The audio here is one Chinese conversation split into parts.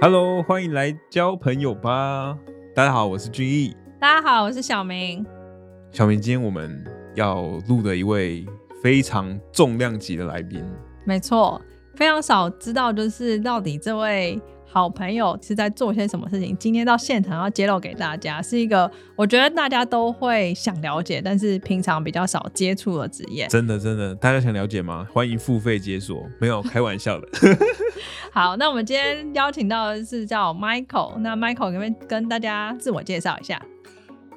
Hello，欢迎来交朋友吧。大家好，我是俊逸。大家好，我是小明。小明，今天我们要录的一位非常重量级的来宾，没错，非常少知道，就是到底这位好朋友是在做些什么事情。今天到现场要揭露给大家，是一个我觉得大家都会想了解，但是平常比较少接触的职业。真的真的，大家想了解吗？欢迎付费解锁，没有开玩笑的。 好，那我们今天邀请到的是叫 Michael，那 Michael 可不可以跟大家自我介绍一下？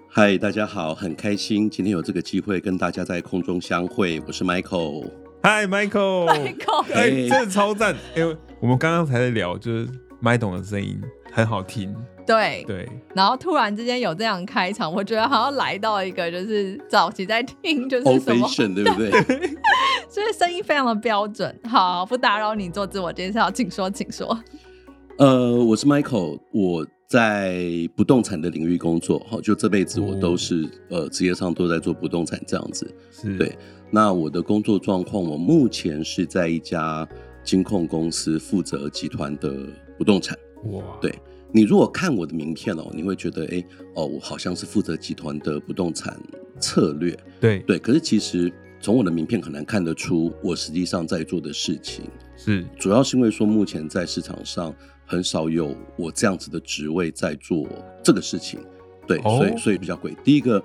嗨，大家好，很开心今天有这个机会跟大家在空中相会，我是 Michael。 Hi Michael， Michael，哎、 Hey 真的超赞！哎、呦，我们刚刚才在聊，就是麦董的声音很好听，对，对，然后突然之间有这样开场，我觉得好像来到一个就是早期在听就是 Old 什么 fashion，对 不对？所以声音非常的标准。好，不打扰你做自我介绍，请说，请说。呃，我是 Michael，我在不动产的领域工作，好，就这辈子嗯我都是、呃职业上都在做不动产这样子。是，对那我的工作状况，我目前是在一家金控公司负责集团的不动产。哇，对你如果看我的名片哦，你会觉得哎、哦，我好像是负责集团的不动产策略。对对，可是其实从我的名片很难看得出我实际上在做的事情，是，主要是因为说目前在市场上很少有我这样子的职位在做这个事情，对，哦所以所以比较贵。第一个，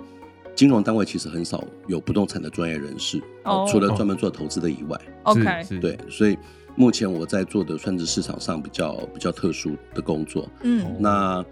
金融单位其实很少有不动产的专业人士，哦除了专门做投资的以外， OK，是是对，所以目前我在做的算是市场上比较比较特殊的工作。嗯，那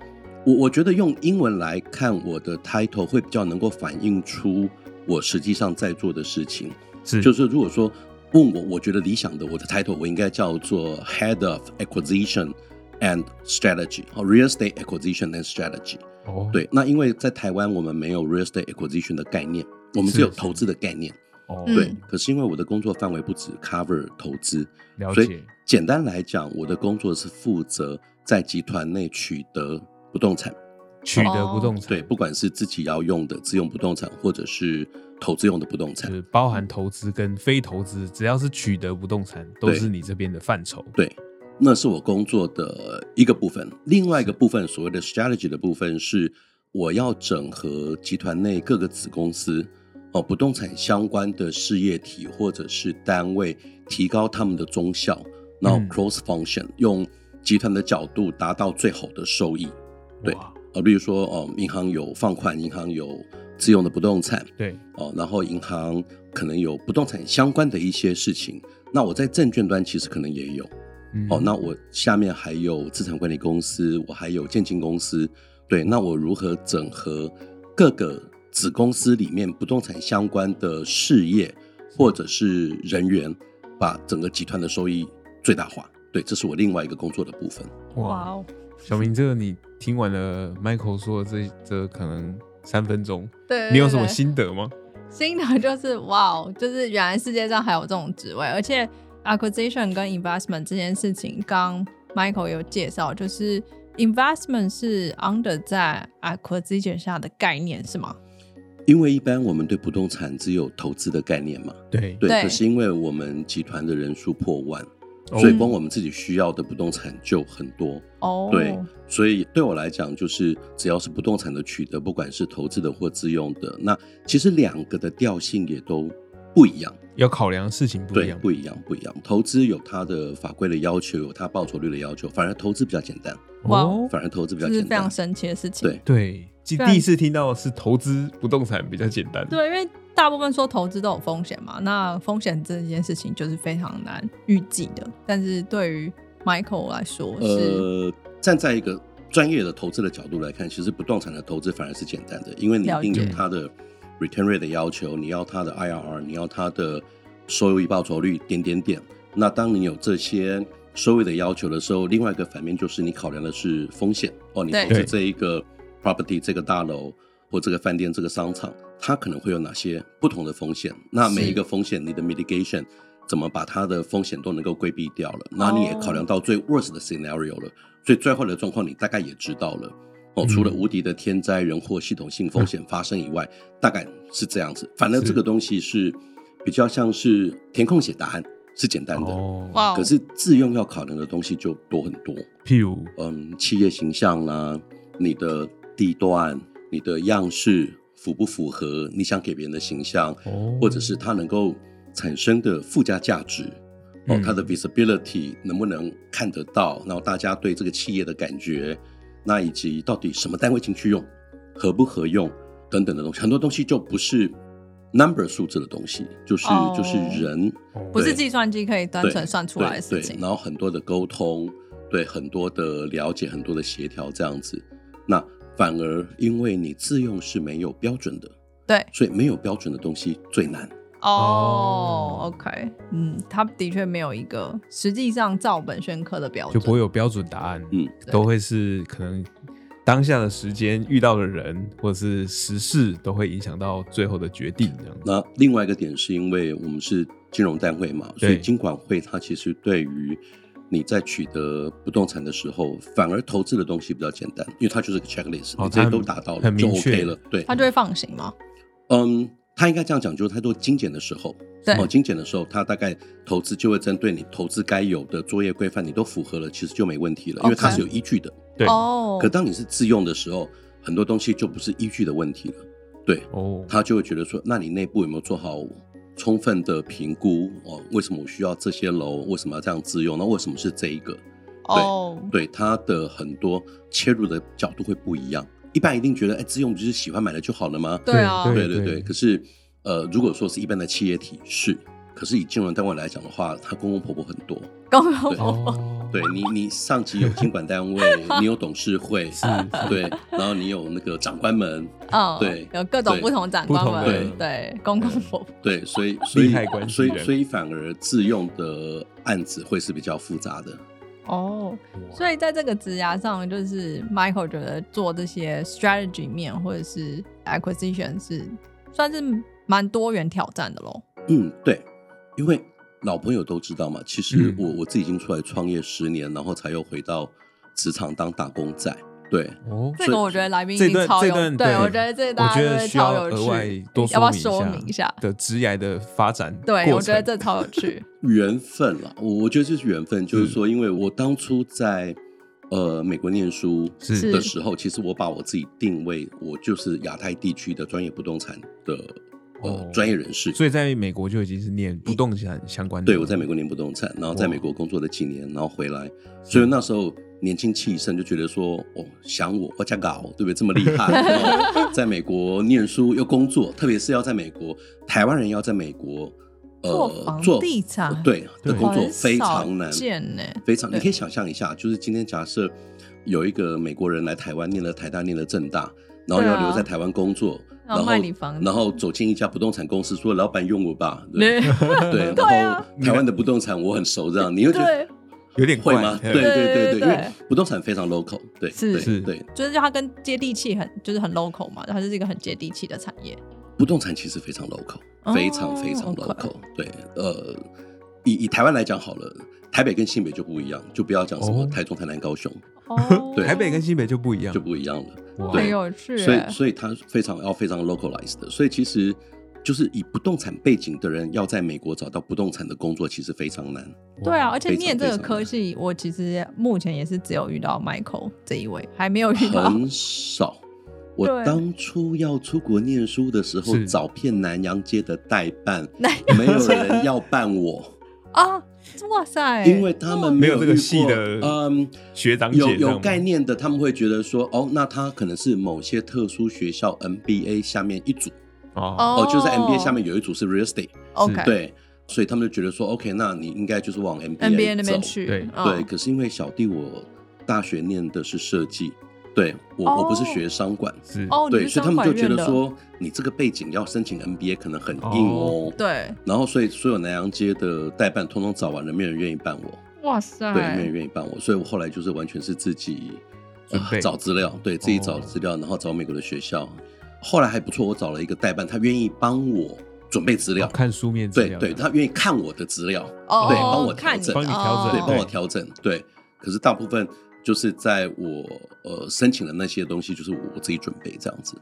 我我觉得用英文来看我的 title 会比较能够反映出我实际上在做的事情。是，就是如果说问我，我觉得理想的我的 title 我应该叫做 Head of Acquisition and Strategy，好，Real Estate Acquisition and Strategy。哦，对，那因为在台湾我们没有 Real Estate Acquisition 的概念，我们只是有是投资的概念。哦，嗯对，可是因为我的工作范围不止 cover 投资，了所以解，简单来讲，我的工作是负责在集团内取得不动产，取得不动产，对，不管是自己要用的自用不动产，或者是投资用的不动就产。嗯是包含投资跟非投资，只要是取得不动产，都对是你这边的范畴。对，那是我工作的一个部分。另外一个部分，所谓的 strategy 的部分是，我要整合集团内各个子公司哦不动产相关的事业体或者是单位，提高他们的忠效，然后嗯 cross function、用集团的角度达到最好的收益。对哇呃，例如说，哦，银行有放款，银行有自用的不动产，对，哦，然后银行可能有不动产相关的一些事情。那我在证券端其实可能也有，嗯哦，那我下面还有资产管理公司，我还有建金公司，对，那我如何整合各个子公司里面不动产相关的事业或者是人员，把整个集团的收益最大化？对，这是我另外一个工作的部分。哇哇，哦，小明，这个你听完了 Michael 说的这这可能三分钟，对对你有什么对心得吗？新的就是哇哦，就是原来世界上还有这种职位，而且 acquisition 跟 investment 这件事情，刚 Michael 有介绍，就是 investment 是 under 在 acquisition 下的概念是吗？因为一般我们对不动产只有投资的概念嘛，对对，对可是因为我们集团的人数破万，哦所以光我们自己需要的不动产就很多。哦，对，所以对我来讲，就是只要是不动产的取得，不管是投资的或自用的，那其实两个的调性也都不一样，要考量的事情不一对，样。不一样，不一样。投资有它的法规的要求，有它报酬率的要求，反而投资比较简单，哇哦，反而投资比较这是简非常单。神奇的事情。对对，第虽然第一次听到是投资不动产比较简单。对，因为大部分说投资都有风险嘛，那风险这件事情就是非常难预计的。但是对于 Michael 来说是，呃，站在一个专业的投资的角度来看，其实不动产的投资反而是简单的，因为你一定有了解它的 return rate 的要求，你要它的 IRR，你要它的收益报酬率点点点。那当你有这些收益的要求的时候，另外一个反面就是你考量的是风险哦，你对投资对这一个 property 这个大楼或这个饭店这个商场，它可能会有哪些不同的风险？那每是一个风险你的 mitigation 怎么把它的风险都能够规避掉了？那你也考哦量到最 worst 的 scenario 了，所以最坏的状况你大概也知道了。哦，嗯除了无敌的天灾人祸、系统性风险发生以外，大概是这样子。反正是这个东西是比较像是填空写答案，是简单的。哦，哇哦，可是自用要考量的东西就多很多，譬如嗯，企业形象啦、你的地段、你的样式符不符合你想给别人的形象，哦，或者是它能够产生的附加价值，哦嗯，它的 visibility 能不能看得到，然后大家对这个企业的感觉，那以及到底什么单位进去用，合不合用等等的东西，很多东西就不是 number 数字的东西，就是、哦就是人哦不是对计算机可以单对纯算出对来的事对情。然后很多的沟通，对很多的了解，很多的协调这样子，那反而因为你自用是没有标准的，对，所以没有标准的东西最难。哦、哦 o k 嗯，他的确没有一个实际上照本宣科的标就准，不会有标准答案，嗯，都会是可能当下的时间遇到的人或者是时事都会影响到最后的决定这样子。那另外一个点是因为我们是金融单位嘛，所以对金管会它其实对于你在取得不动产的时候，反而投资的东西比较简单，因为它就是个 checklist，、哦你这它些都达到了很就明确 OK 了。对，他就会放行吗？嗯，他应该这样讲，就是他做精简的时候，对哦，精简的时候，他大概投资就会针对你投资该有的作业规范，你都符合了，其实就没问题了，因为 OK 它是有依据的。对哦可当你是自用的时候，很多东西就不是依据的问题了，对，哦，他就会觉得说，那你内部有没有做好充分的评估？哦，为什么我需要这些楼？为什么要这样自用？那为什么是这一个？哦，对它的很多切入的角度会不一样。一般一定觉得，哎，自用不就是喜欢买了就好了吗？对啊，对对对对。可是，呃，如果说是一般的企业体是，可是以金融单位来讲的话，它公公婆婆很多。刚刚对哦， 对你，你上级有经管单位，你有董事会，是对，然后你有那个长官们，嗯，对有各种对不同长官不同们的，对，公公婆婆，对，所以所以利害关系所以人所以反而自用的案子会是比较复杂的。哦，哇所以在这个职涯上，就是 Michael 觉得做这些 strategy 面或者是 acquisition 是算是蛮多元挑战的喽。嗯，对，因为老朋友都知道嘛，其实嗯我、我自己已经出来创业十年，然后才又回到职场当打工仔。对，哦，这所以个我觉得来宾一这定段超这有，段对对我觉得这我大觉家得都会需要超有额趣，外多要不要说说明明一一下下？的职涯的发展过程，对，我觉得这超有趣。缘分啦，我我觉得这是缘分，就是嗯说，因为我当初在呃美国念书是的时候，其实我把我自己定位，我就是亚太地区的专业不动产的哦呃专业人士，所以在美国就已经是念不动产相关的。对，嗯我在美国念不动产，然后在哇美国工作了几年，然后回来，所以那时候年轻气盛，就觉得说，哦，想我，我家搞，对不对？这么厉害，然后在美国念书又工作，特别是要在美国，台湾人要在美国，做呃房，做地产对对的工作很非常少难，见呢非常，你对可以想象一下，就是今天假设有一个美国人来台湾念了台大，念了政大，然后对啊要留在台湾工作，要然后卖你房子 然后走进一家不动产公司说：“老板用我吧。”对对，对，对然啊后台湾的不动产我很熟，这样你会觉得对，有点会怪吗？对对对对对对，因为不动产非常 local，对，是对是对，就是它跟接地气很，就是很 local 嘛，它是一个很接地气的产业。不动产其实非常 local，哦非常非常 OK local，对，呃，以以台湾来讲好了，台北跟新北就不一样，就不要讲什么哦台中、台南、高雄哦对台北跟新北就不一样就，不一样了。哇很有趣耶，所以所以它非常要非常 localized 的，所以其实就是以不动产背景的人要在美国找到不动产的工作，其实非常难。对啊，哇而且非常念这个非常科系，我其实目前也是只有遇到 Michael 这一位，还没有遇到。很少。我对当初要出国念书的时候是，找遍南洋街的代办，那没有人要办我， 啊，哇塞！因为他们没有有这个遇系过的嗯，学长姐有这样有吗概念的，他们会觉得说，哦，那他可能是某些特殊学校 MBA 下面一组，哦，哦哦，就是在 MBA 下面有一组是 real estate， OK 对，所以他们就觉得说，OK，那你应该就是往 NBA MBA 那走边。去，对嗯对，可是因为小弟我大学念的是设计，对我、我不是学商管，是哦，你是对，所商以他们管就觉院得的说你这个背景要申请 MBA 可能很硬哦。对，然后，所以所有南洋街的代办通通找完了，没有人愿意办我，哇塞，对，没有人愿意办我，所以我后来就是完全是自己、呃准备找资料，对自己找哦资料，然后找美国的学校。后来还不错，我找了一个代办，他愿意帮我准备资料，哦看书面资对料，对，他愿意看我的资料，哦，对帮我看调整帮你调整哦对，帮对我调整。对，可是大部分就是在我呃申请的那些东西，就是我我自己准备这样子，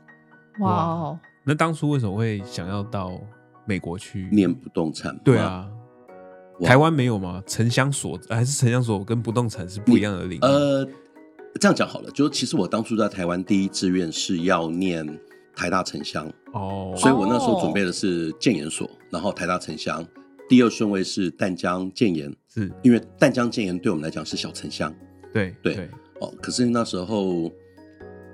哇哦，那当初为什么会想要到美国去念不动产。对，啊，哇台湾没有吗？城乡所还是城乡所跟不动产是不一样的领域。呃，这样讲好了，就其实我当初在台湾第一志愿是要念台大城乡，哦，所以我那时候准备的是建研所，然后台大城乡，第二顺位是淡江建研，是因为淡江建研对我们来讲是小城乡对对哦，可是那时候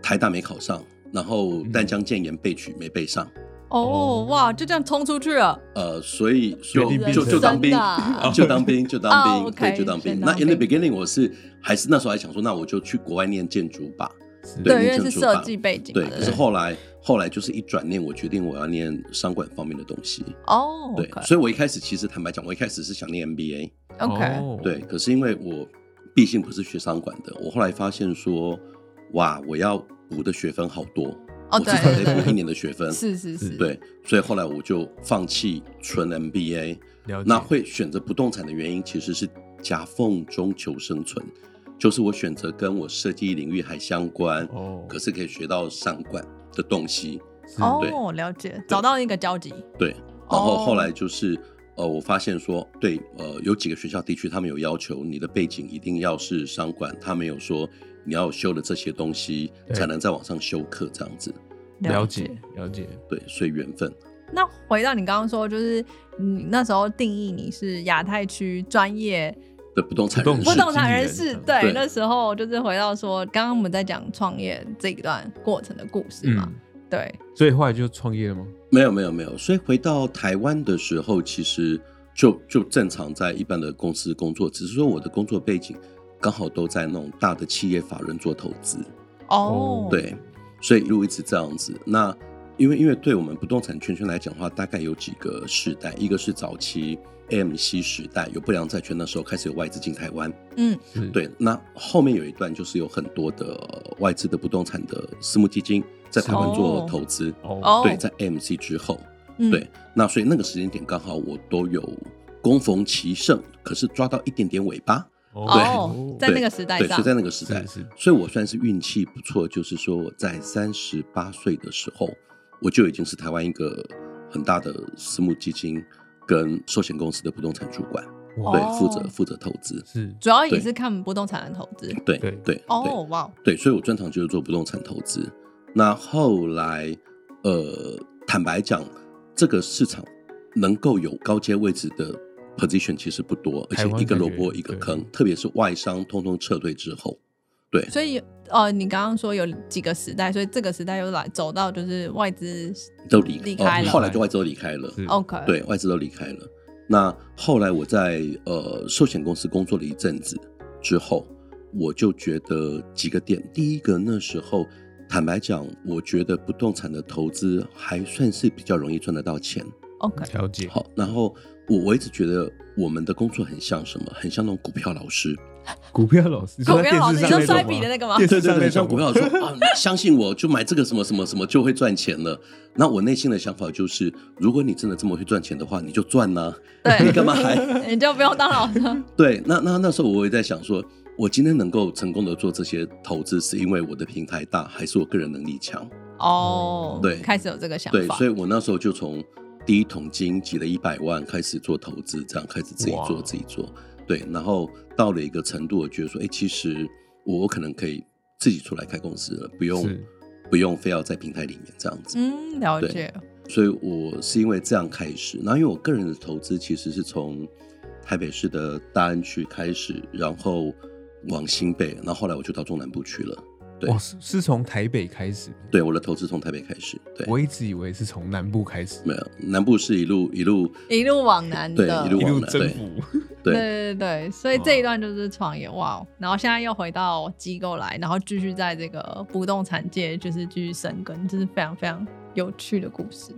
台大没考上，然后淡江建研被取没被上，哦，哇，就这样冲出去了，呃，所以决就定变就成就当兵真的啊，就当兵，就当兵，哦，OK，对，就当兵。先那当 in the 兵 beginning，我是还是那时候还想说，那我就去国外念建筑吧，是对因你为清是楚设吧计背景嘛，对。可是后来后来就是一转念，我决定我要念商管方面的东西，哦，对。所以我一开始其实坦白讲，我一开始是想念 MBA， ，OK，哦对。可是因为我毕竟不是学商管的，我后来发现说，哇，我要补的学分好多，哦，我对至少对得补一对，年的学 分，是是是，对。所以后来我就放弃纯 MBA。了解。那会选择不动产的原因其实是夹缝中求生存，就是我选择跟我设计领域还相关，哦，可是可以学到商管的东西。是哦，了解，找到一个交集，对，然后哦后来就是。呃，我发现说，对，呃，有几个学校地区他们有要求你的背景一定要是商管，他们有说你要修的这些东西对才能在网上修课这样子。了解了解。对，所以缘分。那回到你刚刚说，就是你那时候定义你是亚太区专业对，不动产不动人不士产动产人士，对，对那时候就是回到说，刚刚我们在讲创业这一段过程的故事嘛，嗯，对，所以后来就创业了吗？没有没有没有，所以回到台湾的时候，其实就就正常在一般的公司工作，只是说我的工作背景刚好都在那种大的企业法人做投资，哦，对，所以一路一直这样子。那因为因为对我们不动产圈圈来讲的话，大概有几个时代，一个是早期 AMC 时代，有不良债权那时候开始有外资进台湾，嗯，是，对，那后面有一段就是有很多的呃外资的不动产的私募基金在台湾做哦投资，哦，哦，对，在 AMC 之后。嗯对，，那所以那个时间点刚好我都有攻逢其盛，可是抓到一点点尾巴，哦，在那个时代对，上是，在那个时代是，是所以我算是运气不错，就是说我在三十八岁的时候，我就已经是台湾一个很大的私募基金跟寿险公司的不动产主管，哇对，哦负责负责投资，是主要也对是看不动产的投资，对对对对哦，哇，对，所以我专长就是做不动产投资。那后来，呃，坦白讲，这个市场能够有高阶位置的 position 其实不多，而台且湾一个感萝觉卜一个对坑，特别是外商通通撤退之后，对所以呃，你刚刚说有几个时代，所以这个时代又来走到就是外资都离离哦开了后来就外资都离开了，是，OK，，对，外资都离开了。那后来我在呃寿险公司工作了一阵子之后，我就觉得几个点，第一个那时候坦白讲，我觉得不动产的投资还算是比较容易赚得到钱。 ，OK，了解，好，然后我我一直觉得我们的工作很像什么，很像那种股票老师，股票老师，股票老师你你说在电视上那种说摔吗笔的那个吗？电视对对上那对，种像股票老师说啊，你相信我就买这个什么什么什么就会赚钱了。那我内心的想法就是，如果你真的这么会赚钱的话，你就赚呐、对， 你干嘛还？你就不用当老师了，对，那那那时候我也在想说，我今天能够成功的做这些投资，是因为我的平台大，还是我个人能力强？哦，对开始有这个想对，法，所以我那时候就从第一桶金集了一百万开始做投资，这样开始自己哇做自己做。对，然后到了一个程度，我觉得说，哎，其实我我可能可以自己出来开公司了，不用是不用非要在平台里面这样子。嗯，了对解，所以我是因为这样开始。然后因为我个人的投资其实是从台北市的大安区开始，然后往新北，然后后来我就到中南部去了。对哇，是是从台北开始，对，我的投资从台北开始。对，我一直以为是从南部开始，没有南部是一路一路一路往南对的，一路一往路南征服，对对对对，所以这一段就是创业哇哦，然后现在又回到机构来，然后继续在这个不动产界就是继续生根，这、是非常非常有趣的故事。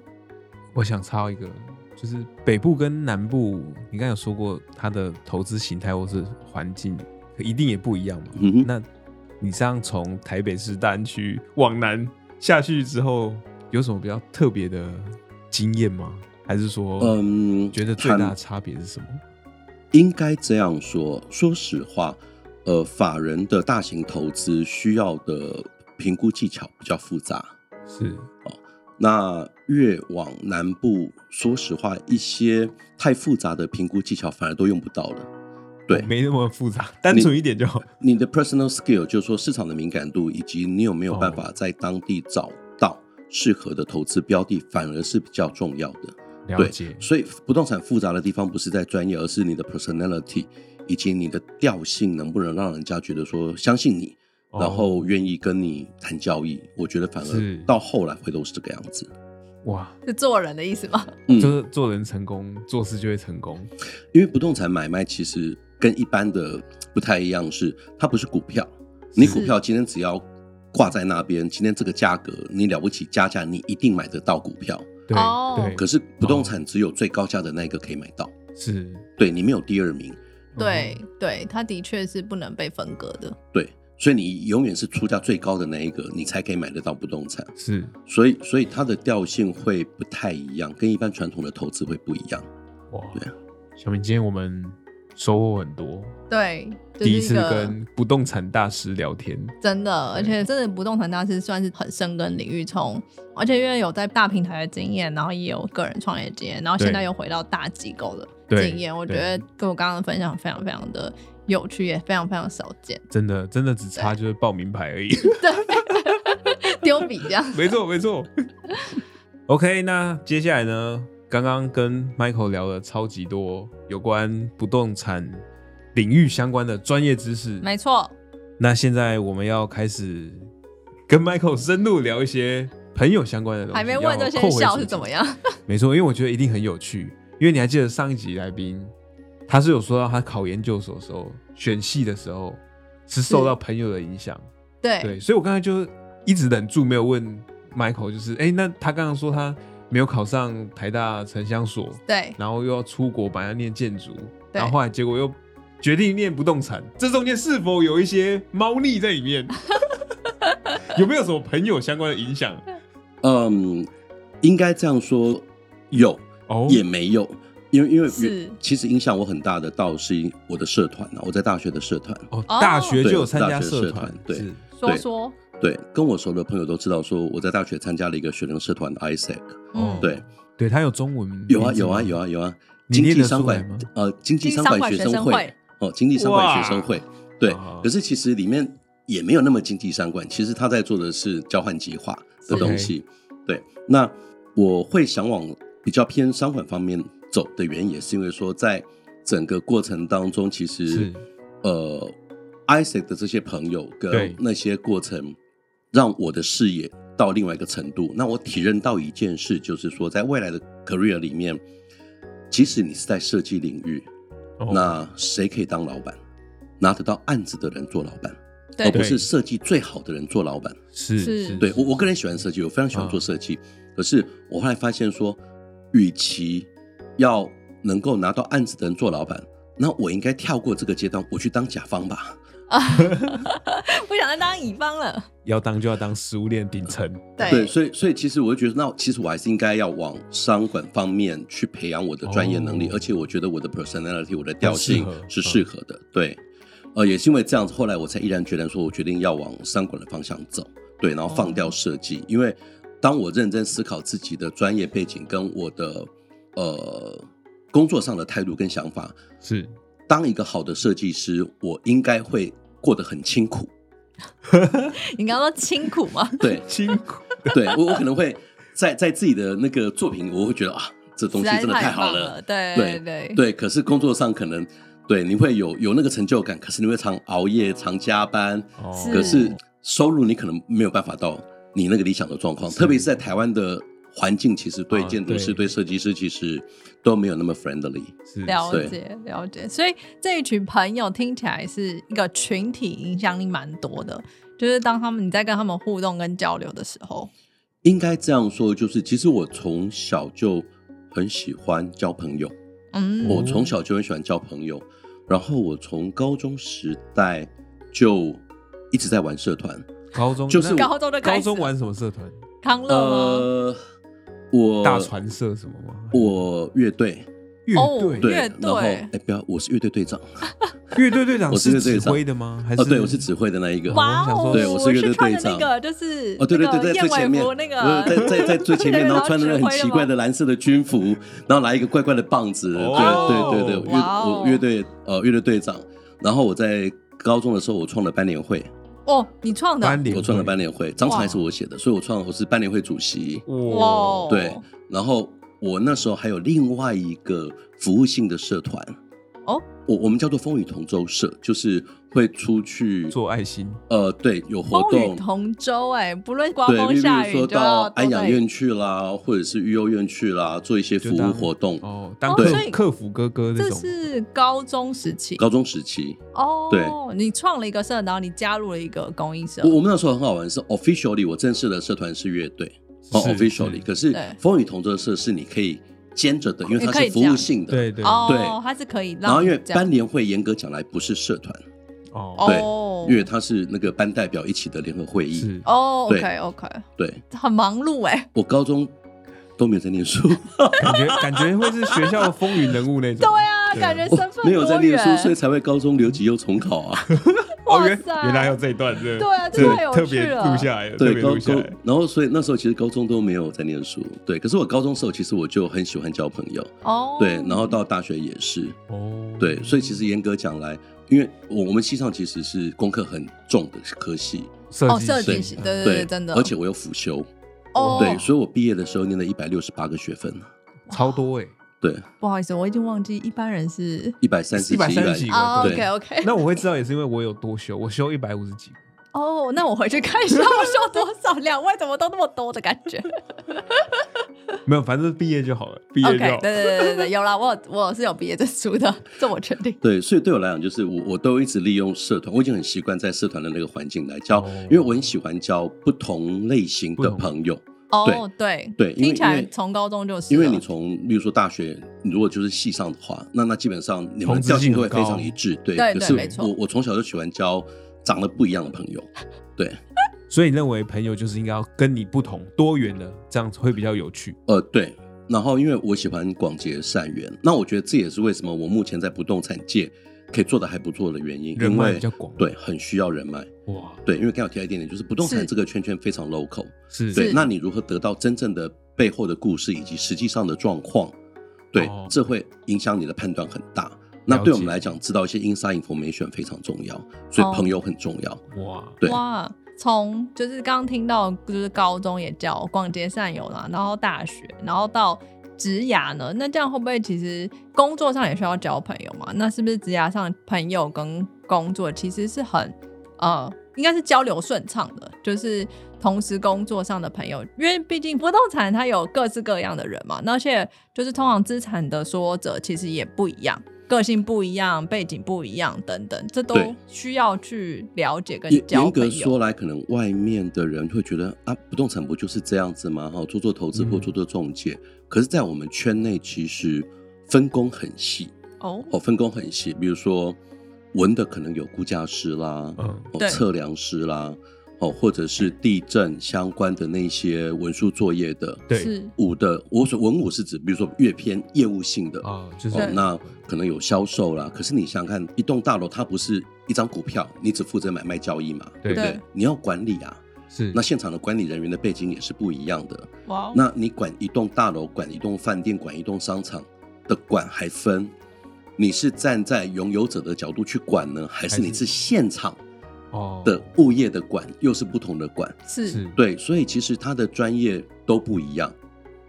我想插一个，就是北部跟南部，你刚才有说过它的投资形态或是环境一定也不一样嘛。嗯哼那你这样从台北市大安区往南下去之后，有什么比较特别的经验吗？还是说，嗯觉得最大的坦差别是什么？应该这样说。说实话，呃，法人的大型投资需要的评估技巧比较复杂。是那越往南部，说实话，一些太复杂的评估技巧反而都用不到了。对没那么复杂，单纯一点就好。你的 personal skill 就是说市场的敏感度，以及你有没哦有办法在当地找到适合的投资标的，反而是比较重要的。了对解，所以不动产复杂的地方不是在专业，而是你的 personality 以及你的调性能不能让人家觉得说相信你，哦然后愿意跟你谈交易。我觉得反是而到后来会都是这个样子。哇，是做人的意思吗？嗯就是做人成功，做事就会成功。因为不动产买卖其实跟一般的不太一样是，它不是股票。你股票今天只要挂在那边，今天这个价格，你了不起加价，你一定买得到股票。对、哦对，可是不动产只有最高价的那个可以买到，是嗯对你没有第二名，对对，他的确是不能被分割的。对，所以你永远是出价最高的那一个，你才可以买得到不动产。嗯是所以，所以它的调性会不太一样，跟一般传统的投资会不一样。哇对。啊小明，今天我们收获很多，对，就是、第一次个跟不动产大师聊天，真的，而且真的不动产大师算是很深耕领域从，而且因为有在大平台的经验，然后也有个人创业经验，然后现在对又回到大机构的对经验，我觉对得跟我刚刚的分享非常非常的有趣，也非常非常少见，真的真的只差就是报名牌而已。 丢笔这样。没错，没错。OK，那接下来呢？刚刚跟 Michael 聊了超级多有关不动产领域相关的专业知识。没错，那现在我们要开始跟 Michael 深入聊一些朋友相关的东西。还没问要就扣先回笑主是题怎么？样？没错，因为我觉得一定很有趣。因为你还记得上一集来宾，他是有说到他考研究所的时候选系的时候是受是到朋友的影响。对，对，所以我刚才就一直忍住没有问 Michael，就是哎、诶那他刚刚说他没有考上台大城乡所，对然后又要出国，本来要念建筑，对然后后来结果又决定念不动产，这中间是否有一些猫腻在里面？有没有什么朋友相关的影响？嗯，应该这样说，有哦也没有，因为因为是其实影响我很大的倒是我的社团啊，我在大学的社团，哦，哦大学就对有我参大加学社社团团，对是说说，对，跟我熟的朋友都知道，说我在大学参加了一个学生社团 ISEC，哦嗯，对，对他有中文，有啊有啊有啊，有啊，你经念济得商出来管吗呃经经济济商商管管学学生生会会哦经济商哇管学生会对啊，可是其实里面也没有那么经济商管，其实他在做的是交换计划的东西，对，那我会想往比较偏商管方面走的原因，也是因为说在整个过程当中，其实是呃，Isaac 的这些朋友对跟那些过程，让我的视野到另外一个程度。那我体认到一件事，就是说，在未来的 career 里面，即使你是在设计领域，哦那谁可以当老板？拿得到案子的人做老板，对而不是设计最好的人做老板。是是是啊对我，我个人喜欢设计，我非常喜欢做设计。可是我后来发现说，与其要能够拿到案子的人做老板，那我应该跳过这个阶段，我去当甲方吧。啊，不想再当乙方了。要当就要当食物链顶层，对，所以所以其实我就觉得，那其实我还是应该要往商管方面去培养我的专业能力，哦而且我觉得我的 personality，我的调性很适合嗯是适合的。对，呃，也是因为这样子，后来我才毅然决然说，我决定要往商管的方向走。对，然后放掉设计，因为当我认真思考自己的专业背景跟我的呃工作上的态度跟想法，是当一个好的设计师，我应该会过得很清苦。你刚刚说清苦吗？对，辛苦。 对我，我可能会在在自己的那个作品，我会觉得啊，这东实西在真的太好棒了，对对对对。可是工作上可能对你会有有那个成就感，可是你会常熬夜、常加班，哦是可是收入你可能没有办法到你那个理想的状况，是特别是在台湾的环境，其实对啊建筑师、对对设计师其实都没有那么 friendly。是了嗯对解了解，所以这一群朋友听起来是一个群体影响力蛮多的，就是当他们你在跟他们互动跟交流的时候，应该这样说，就是其实我从小就很喜欢交朋友。嗯，我从小就很喜欢交朋友，然后我从高中时代就一直在玩社团。高中就是那高中就开高始中玩什么社团？康乐吗？呃，我大船社什么吗？我乐队，乐哦队对，乐然后队哎、不要，我是乐队队长，乐队队长我是是乐队指队长挥的吗？还是哦，对，我是指挥的那一个。哇我想哦！说对我是乐队穿的队那长个就是哦，对对那个对，在最燕前尾面服，那我个在在在最前 面，对然后穿着那然个后很指挥奇怪的的蓝色的军服，然后拿一个怪怪的棒子，哦对对对对，乐哇哦我乐队呃乐队队长，然后我在高中的时候我创了班联会，哦，你创的班里我创了班里联会，章程还是我写的，所以我创我是班联会主席，哇哇哦，对，然后我那时候还有另外一个服务性的社团，哦，我我们叫做风雨同舟社，就是会出去做爱心，呃对有活风雨动。同舟哎，不论刮对，风例下如雨说就要到都安养在院去啦，或者是育幼院去啦，做一些服就务当活动。哦，当哦客所以客服哥哥那这种，是高中时期高中时期，哦，对，你创了一个社，然后你加入了一个公益社我，我们那时候很好玩，是 officially 我正式的社团是乐队哦是，officially。是可是对风雨同舟社是你可以兼着的，因为它你可以是服务性的。对对哦对，它是可以然让后你因为这样班联会严格讲来不是社团，哦，哦，因为它是那个班代表一起的联合会议。是哦对，OK OK，对很忙碌哎，我高中都没有在 念书，感觉感觉会是学校的风云人物那种。对啊，对感觉身份没有在多念书，所以元，才会高中留级又重考 啊。哦，哇原塞原来还有这一段，对对啊这太有特别趣了录下来了，特对，别高录下高来。，然后所以那时候其实高中都没有在念书。对，可是我高中时候其实我就很喜欢交朋友。哦，对，然后到大学也是。哦，对，所以其实严格讲来，因为我我们系上其实是功课很重的科系，设哦，计设计师系，嗯对对，真的，而且我有辅修，哦，对，所以我毕业的时候念了一百六十八个学分，啊超多 哎，对，不好意思，我已经忘记一般人是一百三十130几几百，哦个对 OK OK，那我会知道也是因为我有多修，我修一百五十几，哦，那我回去看一下我修多少，两位怎么都那么多的感 觉。没有，反正毕业就好了， 毕业 OK，就好对。对对对对，有啦，我有我是有毕业证书的，这我确定。对，所以对我来讲，就是我我都一直利用社团，我已经很习惯在社团的那个环境来交，哦因为我很喜欢交不同类型不的同啊朋友，哦，对对因为听起来因为从高中就是了，因为你从例如说大学，你如果就是系上的话，那那基本上你们同的质调性性都会很非高常一致，对，对可对是没错我我从小就喜欢交长得不一样的朋友，对。所以你认为朋友就是应该要跟你不同、多元的，这样子会比较有趣。呃，对。然后，因为我喜欢广结善缘，那我觉得这也是为什么我目前在不动产界可以做的还不错的原因，人因脉为比较广对，很需要人脉。哇，对，因为刚才有提到一点点，就是不动是产这个圈圈非常 local。是对，是那你如何得到真正的背后的故事以及实际上的状况？对，哦这会影响你的判断很大。那了对我们解来讲，知道一些 inside information 非常重要，所哦以朋友很重要。哇，对哇，从就是刚刚听到，就是高中也教逛街善友啦，然后大学，然后到职涯呢，那这样会不会其实工作上也需要交朋友嘛？那是不是职涯上朋友跟工作其实是很呃，应该是交流顺畅的，就是同时工作上的朋友，因为毕竟不动产它有各式各样的人嘛，那而且就是通常资产的说者其实也不一样。个性不一样，背景不一样，等等，这都对需要去了解跟严交严格朋说友。来，可能外面的人会觉得啊，不动产不就是这样子吗？哈，做做投资嗯或做做中介。可是，在我们圈内，其实分工很细哦哦，分工很细。比如说，文的可能有估价师啦，嗯，哦对测量师啦，哦，或者是地震相关的那些文书作业的。对是武的，我所文武是指，比如说越偏业务性的。啊，就是哦对，那可能有销售啦，可是你想想看，一栋大楼它不是一张股票，你只负责买卖交易嘛，对对对，你要管理啊。是那现场的管理人员的背景也是不一样的。哇哦，那你管一栋大楼、管一栋饭店、管一栋商场的管还分，你是站在拥有者的角度去管呢，还还是是你是现场哦的物业的管，又是不同的管？是是对，所以其实他的专业都不一样，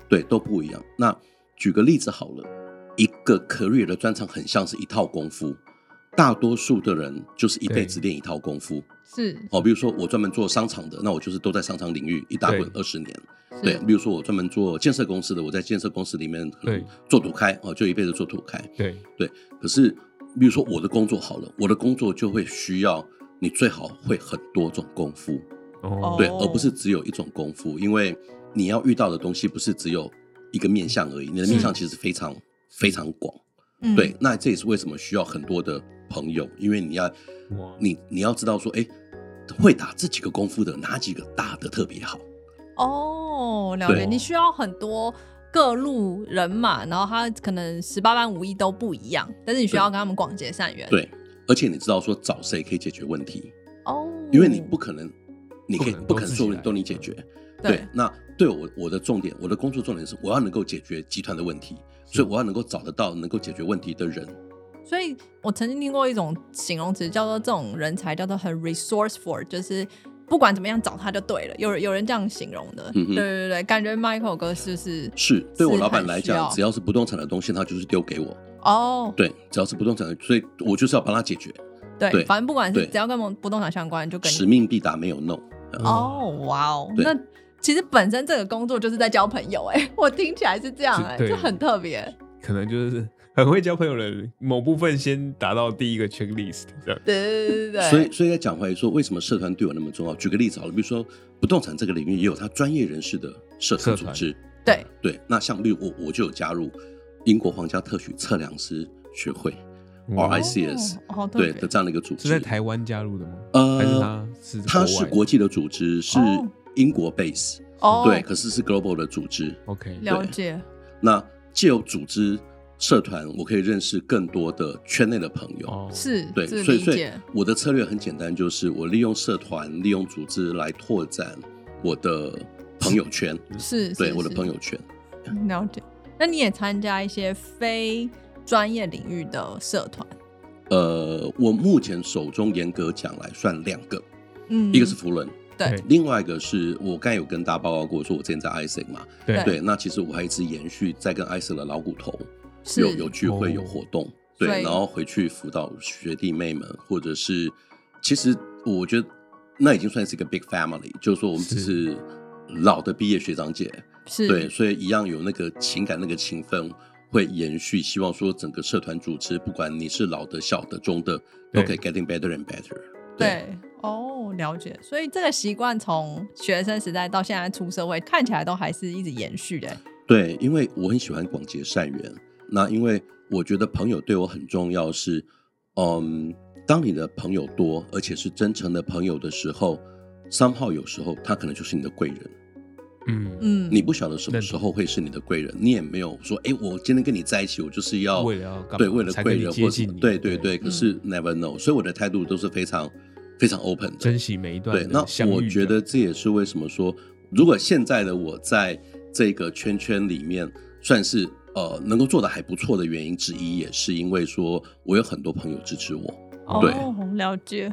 对，都不一样。那举个例子好了，一个 career 的专长很像是一套功夫，大多数的人就是一辈子练一套功夫。是哦，比如说我专门做商场的，那我就是都在商场领域一打滚二十年。对，是比如说我专门做建设公司的，我在建设公司里面可能对做土开哦，就一辈子做土开。对可是，比如说我的工作好了，我的工作就会需要你最好会很多种功夫，哦对，哦而不是只有一种功夫，因为你要遇到的东西不是只有一个面向而已，你的面向其实非常非常广。嗯对，那这也是为什么需要很多的朋友，因为你要哇你你要知道说，哎、会打这几个功夫的哪几个打的特别好？哦，了解，对你需要很多各路人马，然后他可能十八般武艺都不一样，但是你需要跟他们广结善缘。对，而且你知道说找谁可以解决问题，哦，因为你不可能，你可以不不可能都可能自己所有人来嗯都你解决。对那对我我的重点，我的工作重点是我要能够解决集团的问题，所以我要能够找得到能够解决问题的人。所以我曾经听过一种形容词，叫做这种人才叫做很 resourceful，就是不管怎么样找他就对了。有有人这样形容的，嗯对哼对对，感觉 Michael 哥是不是是对我是老板很来需要讲，只要是不动产的东西，他就是丢给我。哦，对，只要是不动产的，所以我就是要帮他解决，对对反正不管是对只要跟不动产相关，就跟你使命必达，没有 no。嗯哦，哇哦，嗯对那其实本身这个工作就是在交朋友、哎， 我听起来是这样、是哎，对这很特别。可能就是很会交朋友的人，某部分先达到第一个 checklist 这样。对对对对对，所以，所以再讲回来说，为什么社团对我那么重要？举个例子好了，比如说不动产这个领域也有它专业人士的社团社组团织。对对，那像例如我我就有加入英国皇家特许测量师学会哇 RICS，、哦好特别对的这样的一个组织。是在台湾加入的吗？呃还是他是它外是国际的组织，是哦英国 base，、哦，对，可是是 global 的组织。 OK 了解，那借由组织社团，我可以认识更多的圈内的朋友。哦，是对，是所以理所以解，我的策略很简单，就是我利用社团、利用组织来拓展我的朋友圈，嗯是对是我的是朋友圈。了解。那你也参加一些非专业领域的社团，呃，我目前手中严格讲来算两个，嗯，一个是福伦，对另外一个是我刚才有跟大家报告过，说我之前在 ISIC 嘛，对对，那其实我还一直延续在跟 ISIC 的老骨头是有有聚会、哦有活动，所以对，然后回去辅导学弟妹们，或者是其实我觉得那已经算是一个 big family，就是说我们只是是老的毕业学长姐，是对，所以一样有那个情感、那个情分会延续。希望说整个社团组织，不管你是老的、小的、中的，都可以 getting better and better。对哦，了解。所以这个习惯从学生时代到现在出社会，看起来都还是一直延续的。哎对，因为我很喜欢广结善缘。那因为我觉得朋友对我很重要是，嗯，当你的朋友多，而且是真诚的朋友的时候，somehow 有时候他可能就是你的贵人。嗯，嗯，你不晓得什么认时同候会是你的贵人，你也没有说，哎，我今天跟你在一起，我就是要为了要干嘛对为了才贵跟你人接或近者你对对对嗯对，可是 never know，所以我的态度都是非常非常 open 的，珍惜每一段对，的那相我遇觉这得样这也是为什么说，如果现在的我在这个圈圈里面算是呃能够做的还不错的原因之一，也是因为说我有很多朋友支持我。对哦，了解。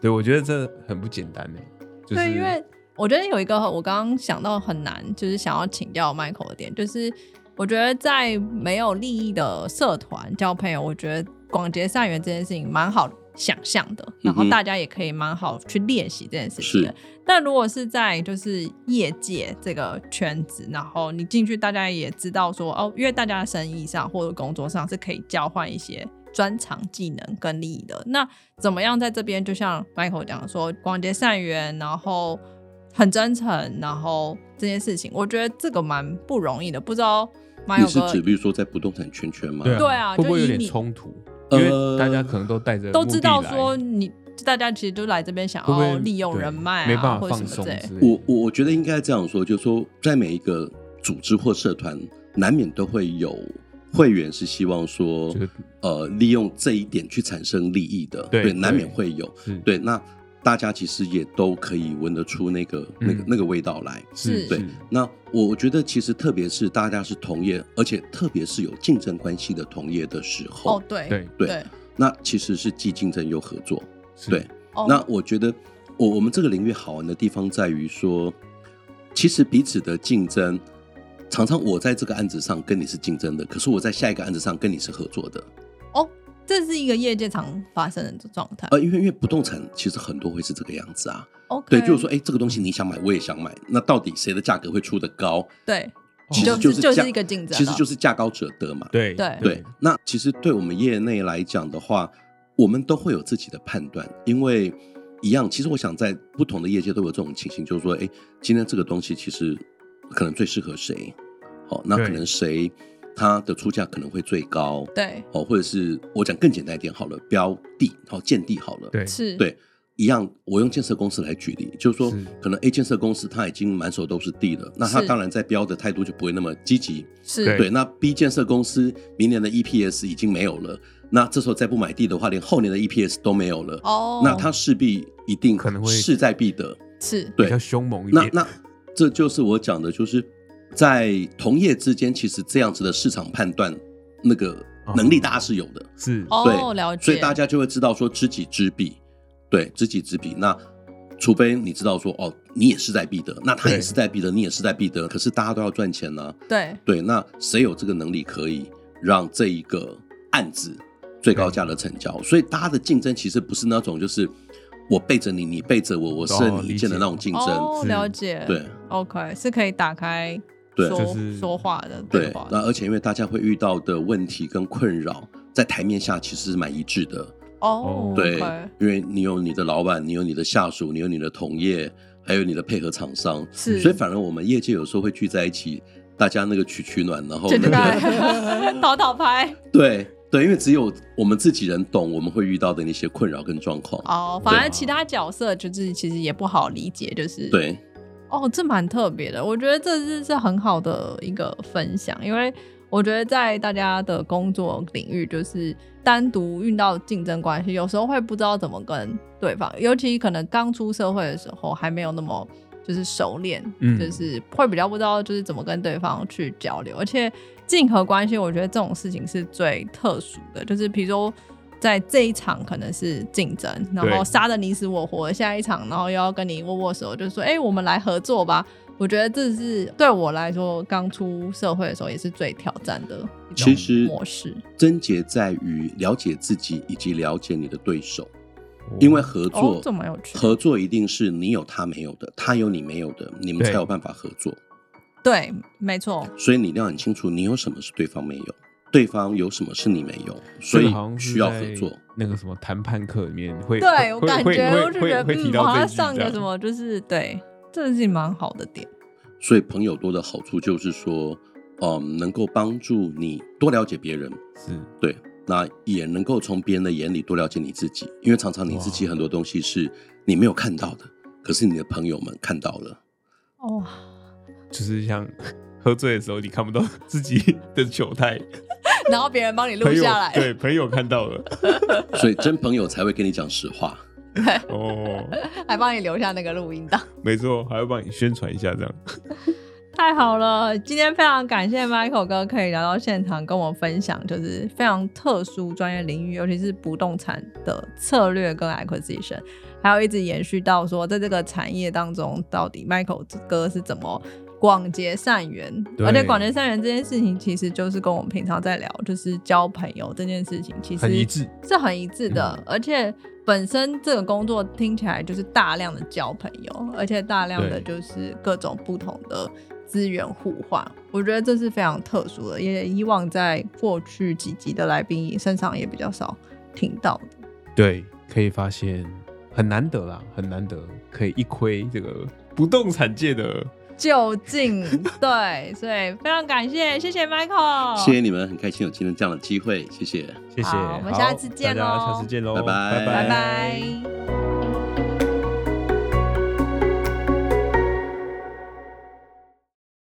对我觉得这很不简单呢，欸就是对，因为我觉得有一个我刚刚想到很难，就是想要请教 Michael 的点，就是我觉得在没有利益的社团交朋友，我觉得广结善缘这件事情蛮好想象的，然后嗯哼大家也可以蛮好去练习这件事情的。是但如果是在就是业界这个圈子，然后你进去，大家也知道说哦，因为大家的生意上或者工作上是可以交换一些专长、技能跟利益的。那怎么样在这边，就像 Michael 讲说，广结善缘，然后很真诚，然后这件事情，我觉得这个蛮不容易的。不知道你是 Michael 指哥比如说在不动产圈圈吗？对对啊会不就会有以点你冲突？因呃为大家可能都带着都目知的道来说你。大家其实就来这边想会不要会利用对人脉啊，没办法或者什放么松之之类类的的？我我我觉得应该这样说，就是说在每一个组织或社团，难免都会有会员是希望说就是，呃，利用这一点去产生利益的，对难免对会有。是对，那大家其实也都可以闻得出那个、那个嗯那个味道来。是对那我我觉得其实特别是大家是同业，而且特别是有竞争关系的同业的时候，哦，对对对那其实是既竞争又合作。是对，哦，那我觉得我我们这个领域好玩的地方在于说，其实彼此的竞争，常常我在这个案子上跟你是竞争的，可是我在下一个案子上跟你是合作的。哦，这是一个业界常发生的状态。呃，因为因为不动产其实很多会是这个样子啊， OK，对，就是说，哎，这个东西你想买，我也想买，那到底谁的价格会出得高？对，其就实是是哦就是价一个竞争啊其实就是价高者得嘛。对对对，那其实对我们业内来讲的话，我们都会有自己的判断，因为一样，其实我想在不同的业界都有这种情形，就是说，哎，今天这个东西其实可能最适合谁，哦，那对可能谁他的出价可能会最高，对哦，或者是我讲更简单一点好了，标的，好、哦、建地好了，对是，对一样，我用建设公司来举例，就是说是，可能 A 建设公司它已经满手都是地了，那它是当然在标的态度就不会那么积极。是对对，那 B 建设公司明年的 EPS 已经没有了，那这时候再不买地的话，连后年的 EPS 都没有了，哦，那它势必一定可能会势在必得。是比对较凶猛一那点。那这就是我讲的，就是在同业之间，其实这样子的市场判断那个哦能力大家是有的，是哦，对了解，所以大家就会知道说知己知彼，对，知己知彼。那除非你知道说哦，你也势在必得，那他也对势在必得，你也势在必得，可是大家都要赚钱啊呢、对对，那谁有这个能力可以让这一个案子最高价的成交？所以大家的竞争其实不是那种就是我背着你，你背着我，我哦胜你理一剑的解那种竞争。哦，是了解，对，OK 是可以打开对说就是说话的对话，哦那的而且因为大家会遇到的问题跟困扰，在台面下其实是蛮一致的。哦，对 OK，因为你有你的老板，你有你的下属，你有你的同业，还有你的配合厂商，是，所以反而我们业界有时候会聚在一起，大家那个取取暖，然后这那就该 个讨讨牌对对，因为只有我们自己人懂我们会遇到的那些困扰跟状况。哦，反而对其他角色就是其实也不好理解，就是啊对，哦，这蛮特别的，我觉得这是是很好的一个分享，因为我觉得在大家的工作领域，就是单独遇到竞争关系，有时候会不知道怎么跟对方，尤其可能刚出社会的时候，还没有那么就是熟练，嗯就是会比较不知道就是怎么跟对方去交流，而且竞合关系，我觉得这种事情是最特殊的，就是比如说。在这一场可能是竞争，然后对杀的你死我活，下一场然后又要跟你握握手，就说哎、我们来合作吧。我觉得这是对我来说，刚出社会的时候也是最挑战的一种其实模式。症结在于了解自己以及了解你的对手，哦因为合哦作，这蛮有趣的合作一定是你有他没有的，他有你没有的，你们对才有办法合作。对，没错，所以你一定要很清楚，你有什么是对方没有，对方有什么是你没有，所这个以好像是需要在合作。那个什么谈判课里面会，对我会感会觉会我就会觉得会提嗯，到我这好一像句上这个样什么，就是对，这是蛮好的点。所以朋友多的好处就是说，嗯，能够帮助你多了解别人，是对，那也能够从别人的眼里多了解你自己，因为常常你自己哇很多东西是你没有看到的，可是你的朋友们看到了。哦，就是像 喝醉的时候你看不到 自己的酒态，然后别人帮你录朋友下来，对朋友看到了所以真朋友才会跟你讲实话。哦，还帮你留下那个录音档。没错，还要帮你宣传一下这样。 太好了！今天非常感谢 Michael 哥可以来到现场跟我分享，就是非常特殊专业领域，尤其是不动产的策略跟 acquisition，还有一直延续到说，在这个产业当中，到底 Michael 哥是怎么广结善缘？对而且广结善缘这件事情，其实就是跟我们平常在聊，就是交朋友这件事情，其实很一致，是很一致的，嗯而且本身这个工作听起来就是大量的交朋友，而且大量的对就是各种不同的资源互换，我觉得这是非常特殊的，也以往在过去几集的来宾身上也比较少听到的。对，可以发现很难得啦，很难得可以一窥这个不动产界的究竟 对，所以非常感谢，谢谢 Michael，谢谢你们，很开心有今天这样的机会，谢谢。谢谢，好我们好下次见大家喽下次见喽，拜拜拜拜。